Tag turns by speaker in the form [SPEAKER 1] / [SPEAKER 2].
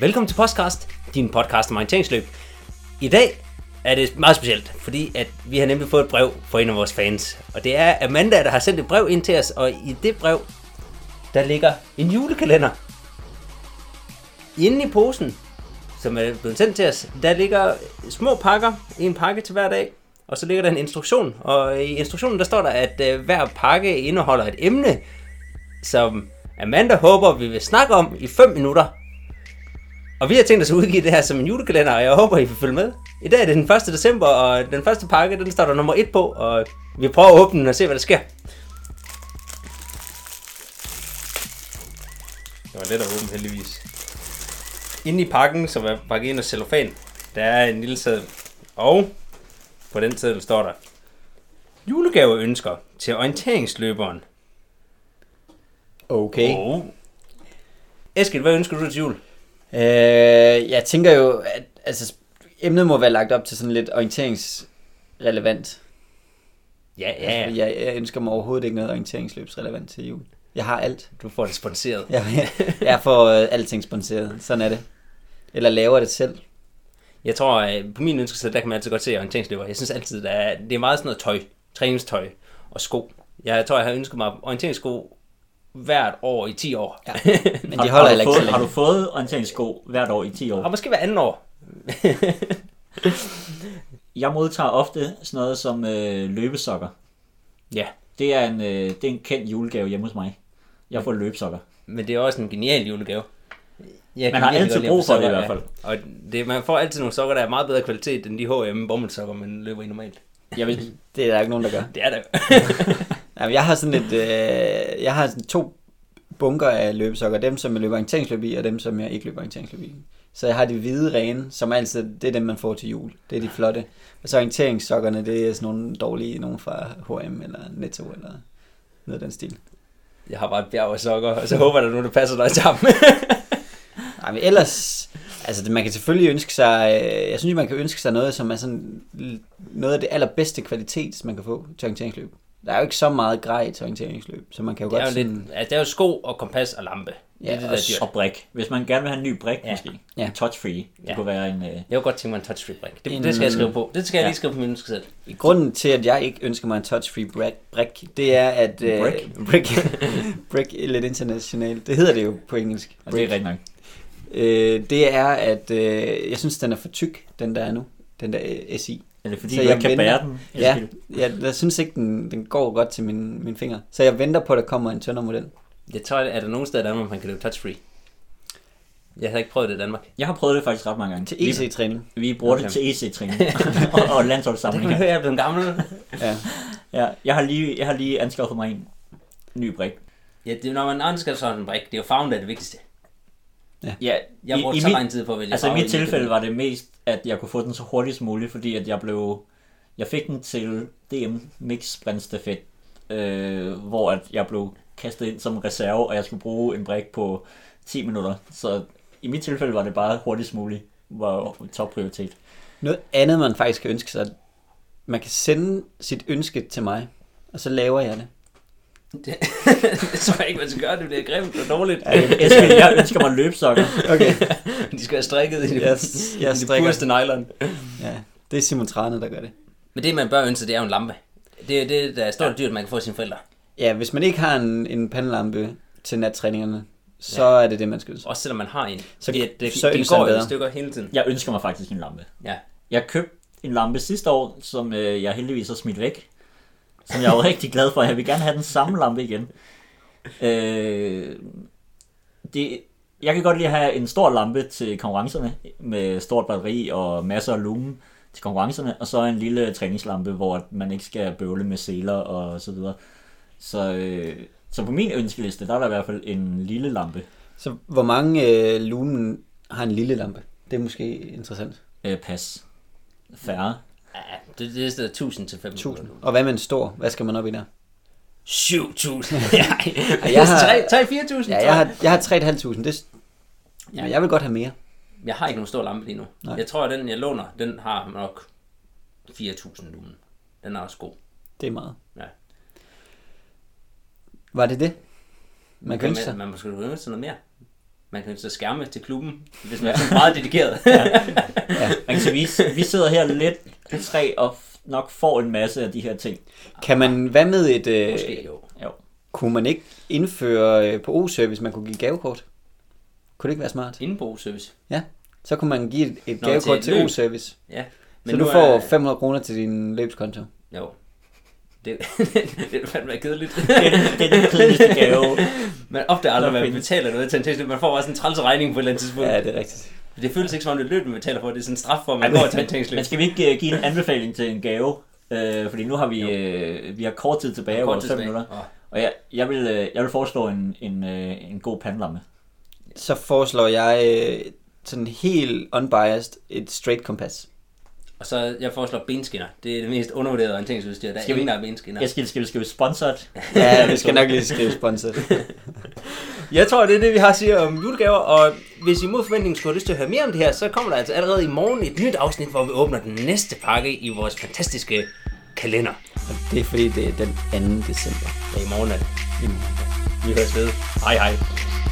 [SPEAKER 1] Velkommen til Postcast, din podcast om orienteringsløb. I dag er det meget specielt, fordi at vi har nemlig fået et brev fra en af vores fans. Og det er Amanda, der har sendt et brev ind til os, og i det brev, der ligger en julekalender. Inde i posen, som er blevet sendt til os, der ligger små pakker, en pakke til hver dag, og så ligger der en instruktion. Og i instruktionen der står der, at øh, hver pakke indeholder et emne, som Amanda håber, vi vil snakke om i 5 minutter. Og vi har tænkt os at udgive det her som en julekalender, og jeg håber, I vil følge med. I dag er det den 1. december, og den første pakke, den står der nummer 1 på, og vi prøver at åbne den og se, hvad der sker. Det var let at åbne, heldigvis. Inde i pakken, som er pakket ind af cellofan, der er en lille seddel. Og på den seddel står der, julegaveønsker til orienteringsløberen.
[SPEAKER 2] Okay.
[SPEAKER 1] Oh. Eskild, hvad ønsker du til jul?
[SPEAKER 2] Øh, jeg tænker jo, at altså, emnet må være lagt op til sådan lidt orienteringsrelevant.
[SPEAKER 1] Ja,
[SPEAKER 2] Altså, fordi Jeg, jeg ønsker mig overhovedet ikke noget orienteringsløbsrelevant til jul. Jeg har alt.
[SPEAKER 1] Du får det sponsoreret.
[SPEAKER 2] Jeg, jeg får øh, alting sponsoreret. Sådan er det. Eller laver det selv.
[SPEAKER 1] Jeg tror, øh, på min ønskeseddel, der kan man altid godt se orienteringsløber. Jeg synes altid, der er, det er meget sådan noget tøj, træningstøj og sko. Jeg tror, jeg har ønsket mig orienteringssko hvert år i 10 år. Ja.
[SPEAKER 2] Men de holder
[SPEAKER 3] har,
[SPEAKER 2] heller
[SPEAKER 3] du
[SPEAKER 2] ikke så
[SPEAKER 3] fået, har du
[SPEAKER 2] længe.
[SPEAKER 3] fået orienteringssko hvert år i 10 år?
[SPEAKER 1] og måske hver anden år.
[SPEAKER 3] Jeg modtager ofte sådan noget som øh, løbesokker.
[SPEAKER 1] ja,
[SPEAKER 3] Det er, en, øh, det er en kendt julegave hjemme hos mig. Jeg får løbesokker.
[SPEAKER 1] men det er også en genial julegave. Jeg
[SPEAKER 3] Man har
[SPEAKER 1] virkelig
[SPEAKER 3] altid
[SPEAKER 1] godt lide
[SPEAKER 3] brug for det i
[SPEAKER 1] sokker,
[SPEAKER 3] hvert
[SPEAKER 1] ja. Og det, man får altid nogle sokker, der er meget bedre kvalitet end de H&M bomuldsokker, man løber i normalt.
[SPEAKER 3] Jeg vil,
[SPEAKER 2] Det er der ikke nogen, der gør.
[SPEAKER 1] Det er det.
[SPEAKER 2] Jamen, jeg har sådan et, øh, jeg har sådan to bunker af løbesokker. Dem, som jeg løber orienteringsløb i, og dem, som jeg ikke løber orienteringsløb i. Så jeg har de hvide rene, som altid, det er dem, man får til jul. Det er de flotte. Og så orienteringssokkerne, det er sådan nogle dårlige, nogle fra H&M eller Netto eller noget af den stil.
[SPEAKER 1] Jeg har bare et bjerg af sokker, og så håber jeg, der er nogen, der passer dig sammen.
[SPEAKER 2] Nej, men ellers, altså det- man kan selvfølgelig ønske sig, øh, jeg synes, man kan ønske sig noget, som er sådan l- noget af det allerbedste kvalitet, man kan få til orienteringsløb. Der er jo ikke så meget grej til orienteringsløb, så man kan jo
[SPEAKER 1] Det
[SPEAKER 2] godt
[SPEAKER 1] er, jo
[SPEAKER 2] sådan-
[SPEAKER 1] lidt, altså, det er jo sko og kompas og lampe. Det er
[SPEAKER 2] Ja,
[SPEAKER 1] det, der
[SPEAKER 2] og
[SPEAKER 1] er dyrt.
[SPEAKER 3] Altså, og brik. Hvis man gerne vil have en ny brik,
[SPEAKER 1] Ja.
[SPEAKER 3] ja. måske.
[SPEAKER 2] Ja.
[SPEAKER 3] Ja. Touch-free. Det
[SPEAKER 1] Ja.
[SPEAKER 3] ja. kunne være en... Øh,
[SPEAKER 1] Jeg kunne godt tænke mig en touch-free brik. Det,
[SPEAKER 2] En-
[SPEAKER 1] det skal jeg skrive på. Det skal jeg
[SPEAKER 3] Ja.
[SPEAKER 1] lige skrive på min ønskeseddel.
[SPEAKER 2] Grunden til, at jeg ikke ønsker mig en touch-free brik, brik det er, at... øh,
[SPEAKER 3] Brick?
[SPEAKER 2] brick, brick er lidt internationalt. Det hedder det jo på engelsk.
[SPEAKER 3] og det er rigtig nok.
[SPEAKER 2] Øh, det er, at øh, jeg synes, den er for tyk, den der er nu. Den der øh, SI.
[SPEAKER 3] Eller fordi
[SPEAKER 2] Så
[SPEAKER 3] så du
[SPEAKER 2] jeg
[SPEAKER 3] ikke kan
[SPEAKER 2] venter.
[SPEAKER 3] bære den.
[SPEAKER 2] Ja, jeg, jeg synes ikke, den, den går godt til mine, mine fingre. Så jeg venter på, at der kommer en tyndere model.
[SPEAKER 1] Jeg tror, at der er nogen steder i Danmark, man kan lave touch-free. Jeg har ikke prøvet det i Danmark.
[SPEAKER 3] Jeg har prøvet det faktisk ret mange gange.
[SPEAKER 2] Til E
[SPEAKER 3] Vi,
[SPEAKER 2] EC-træning.
[SPEAKER 3] vi bruger
[SPEAKER 1] Okay.
[SPEAKER 3] det til EC-træning og, og
[SPEAKER 1] Det kan man
[SPEAKER 3] landsholdssamlinger.
[SPEAKER 1] høre, jeg er blevet gammel.
[SPEAKER 2] Ja.
[SPEAKER 3] Ja, jeg, har lige, jeg har lige anskaffet mig en ny brik.
[SPEAKER 1] Ja, det, er, når man anskaffer sådan en brik, det er jo farven, der er det vigtigste.
[SPEAKER 3] Ja,
[SPEAKER 1] Jeg har brugt så lang tid på at vælge
[SPEAKER 3] Altså i
[SPEAKER 1] farve
[SPEAKER 3] mit tilfælde
[SPEAKER 1] julekalender.
[SPEAKER 3] var det mest, at jeg kunne få den så hurtigt som muligt, fordi at jeg blev... Jeg fik den til DM Mix Sprint Stafet, øh, hvor at jeg blev kastet ind som reserve, og jeg skulle bruge en brik på 10 minutter. Så i mit tilfælde var det bare hurtigst muligt, var topprioritet.
[SPEAKER 2] Noget andet, man faktisk kan ønske sig, man kan sende sit ønske til mig, og så laver jeg det.
[SPEAKER 1] det tror jeg ikke, man skal gøre. Det bliver grimt og dårligt.
[SPEAKER 3] Eskild, jeg ønsker mig løbsokker.
[SPEAKER 2] Okay.
[SPEAKER 1] De skal være strikket i det, i
[SPEAKER 2] Jeg, jeg
[SPEAKER 1] det
[SPEAKER 2] strikker.
[SPEAKER 1] pureste nylon.
[SPEAKER 2] Ja, det er Simon Trane, der gør det.
[SPEAKER 1] Men det, man bør ønske, det er jo en lampe. Det er det, der er stort dyrt, man kan få af sine forældre.
[SPEAKER 2] Ja, hvis man ikke har en, en pandelampe til nattræningerne, så ja. er det det, man skal ønske.
[SPEAKER 1] Også selvom man har en.
[SPEAKER 2] Så-
[SPEAKER 1] Så, det, det,
[SPEAKER 2] så
[SPEAKER 1] det
[SPEAKER 2] ønsker man
[SPEAKER 1] går jo i
[SPEAKER 2] bedre.
[SPEAKER 1] stykker hele tiden.
[SPEAKER 3] Jeg ønsker mig faktisk en lampe.
[SPEAKER 1] Ja.
[SPEAKER 3] Jeg købte en lampe sidste år, som øh, jeg heldigvis har smidt væk. Som jeg var rigtig glad for. Jeg vil gerne have den samme lampe igen. Øh, det, jeg kan godt lide at have en stor lampe til konkurrencerne, med stort batteri og masser af lumen til konkurrencerne, og så en lille træningslampe, hvor man ikke skal bøvle med seler og så videre. Så, øh, så på min ønskeliste, der er der i hvert fald en lille lampe.
[SPEAKER 2] Så hvor mange øh, lumen har en lille lampe? Det er måske interessant.
[SPEAKER 3] Øh, pas. Færre.
[SPEAKER 1] Ja, det, det er sådan 1000 til 500.
[SPEAKER 2] 1000. Og hvad med en stor? Hvad skal man op i der?
[SPEAKER 1] 7000. Nej,
[SPEAKER 2] jeg har-
[SPEAKER 1] 4000.
[SPEAKER 2] Ja, jeg har, jeg har 3.500. Det, ja.
[SPEAKER 1] Ja.
[SPEAKER 2] Men jeg vil godt have mere.
[SPEAKER 1] jeg har ikke nogen stor lampe lige nu.
[SPEAKER 2] Nej.
[SPEAKER 1] Nej. Jeg tror, at den, jeg låner, den har nok 4000 lumen. Den er også god.
[SPEAKER 2] Det er meget.
[SPEAKER 1] Ja.
[SPEAKER 2] Var det det? Man kan ønske
[SPEAKER 1] man,
[SPEAKER 2] sig.
[SPEAKER 1] man måske ønske sig noget mere. Man kan så skærme til klubben, hvis man er sådan meget dedikeret. ja.
[SPEAKER 3] Man kan sige, vi, vi sidder her lidt tre og f- nok får en masse af de her ting.
[SPEAKER 2] Kan man, hvad med et,
[SPEAKER 1] Måske
[SPEAKER 2] øh,
[SPEAKER 1] jo.
[SPEAKER 3] Jo.
[SPEAKER 2] kunne man ikke indføre øh, på O-service, man kunne give gavekort? Kunne det ikke være smart?
[SPEAKER 1] Indbogsservice.
[SPEAKER 2] Ja, så kunne man give et, et
[SPEAKER 1] Nå,
[SPEAKER 2] gavekort
[SPEAKER 1] til
[SPEAKER 2] til
[SPEAKER 1] løb.
[SPEAKER 2] O-service.
[SPEAKER 1] Ja.
[SPEAKER 2] Så du
[SPEAKER 1] nu
[SPEAKER 2] får
[SPEAKER 1] er-
[SPEAKER 2] 500 kroner til din løbskonto.
[SPEAKER 1] Jo. Det, det er fandme kedeligt.
[SPEAKER 3] Det, det er den kedeligste gave.
[SPEAKER 1] Man opdager aldrig,
[SPEAKER 3] Nå,
[SPEAKER 1] hvad man
[SPEAKER 3] fedt.
[SPEAKER 1] betaler noget til en tandtekniker. Man får bare sådan en træls regning på et eller andet tidspunkt.
[SPEAKER 2] Ja, det er rigtigt.
[SPEAKER 1] Det føles ikke som om det er løb, man betaler for. Det er sådan en straf for, at man går til en
[SPEAKER 3] Men skal vi ikke øh, give en anbefaling til en gave? Øh, fordi nu har vi, øh, vi har kort tid tilbage, vores 5 minutter. Og jeg, jeg, vil, øh, jeg vil foreslå en, en, øh, en god pandlamme.
[SPEAKER 2] Så foreslår jeg øh, sådan helt unbiased et straight kompas.
[SPEAKER 1] Og så jeg foreslår benskinner. Det er det mest undervurderede orienteringsudstyr. Der er
[SPEAKER 3] Skal vi-
[SPEAKER 1] ingen, der er benskinner.
[SPEAKER 3] Jeg skal, skal, skal vi sponsoret?
[SPEAKER 2] Ja, vi skal nok lige skrive sponsor.
[SPEAKER 1] Jeg tror, det er det, vi har at sige om julegaver, og hvis I mod forventning skulle have lyst til at høre mere om det her, så kommer der altså allerede i morgen et nyt afsnit, hvor vi åbner den næste pakke i vores fantastiske kalender.
[SPEAKER 2] Og det er fordi, det er den 2. december.
[SPEAKER 1] Ja, i morgen er det. Vi høres ved. Hej hej.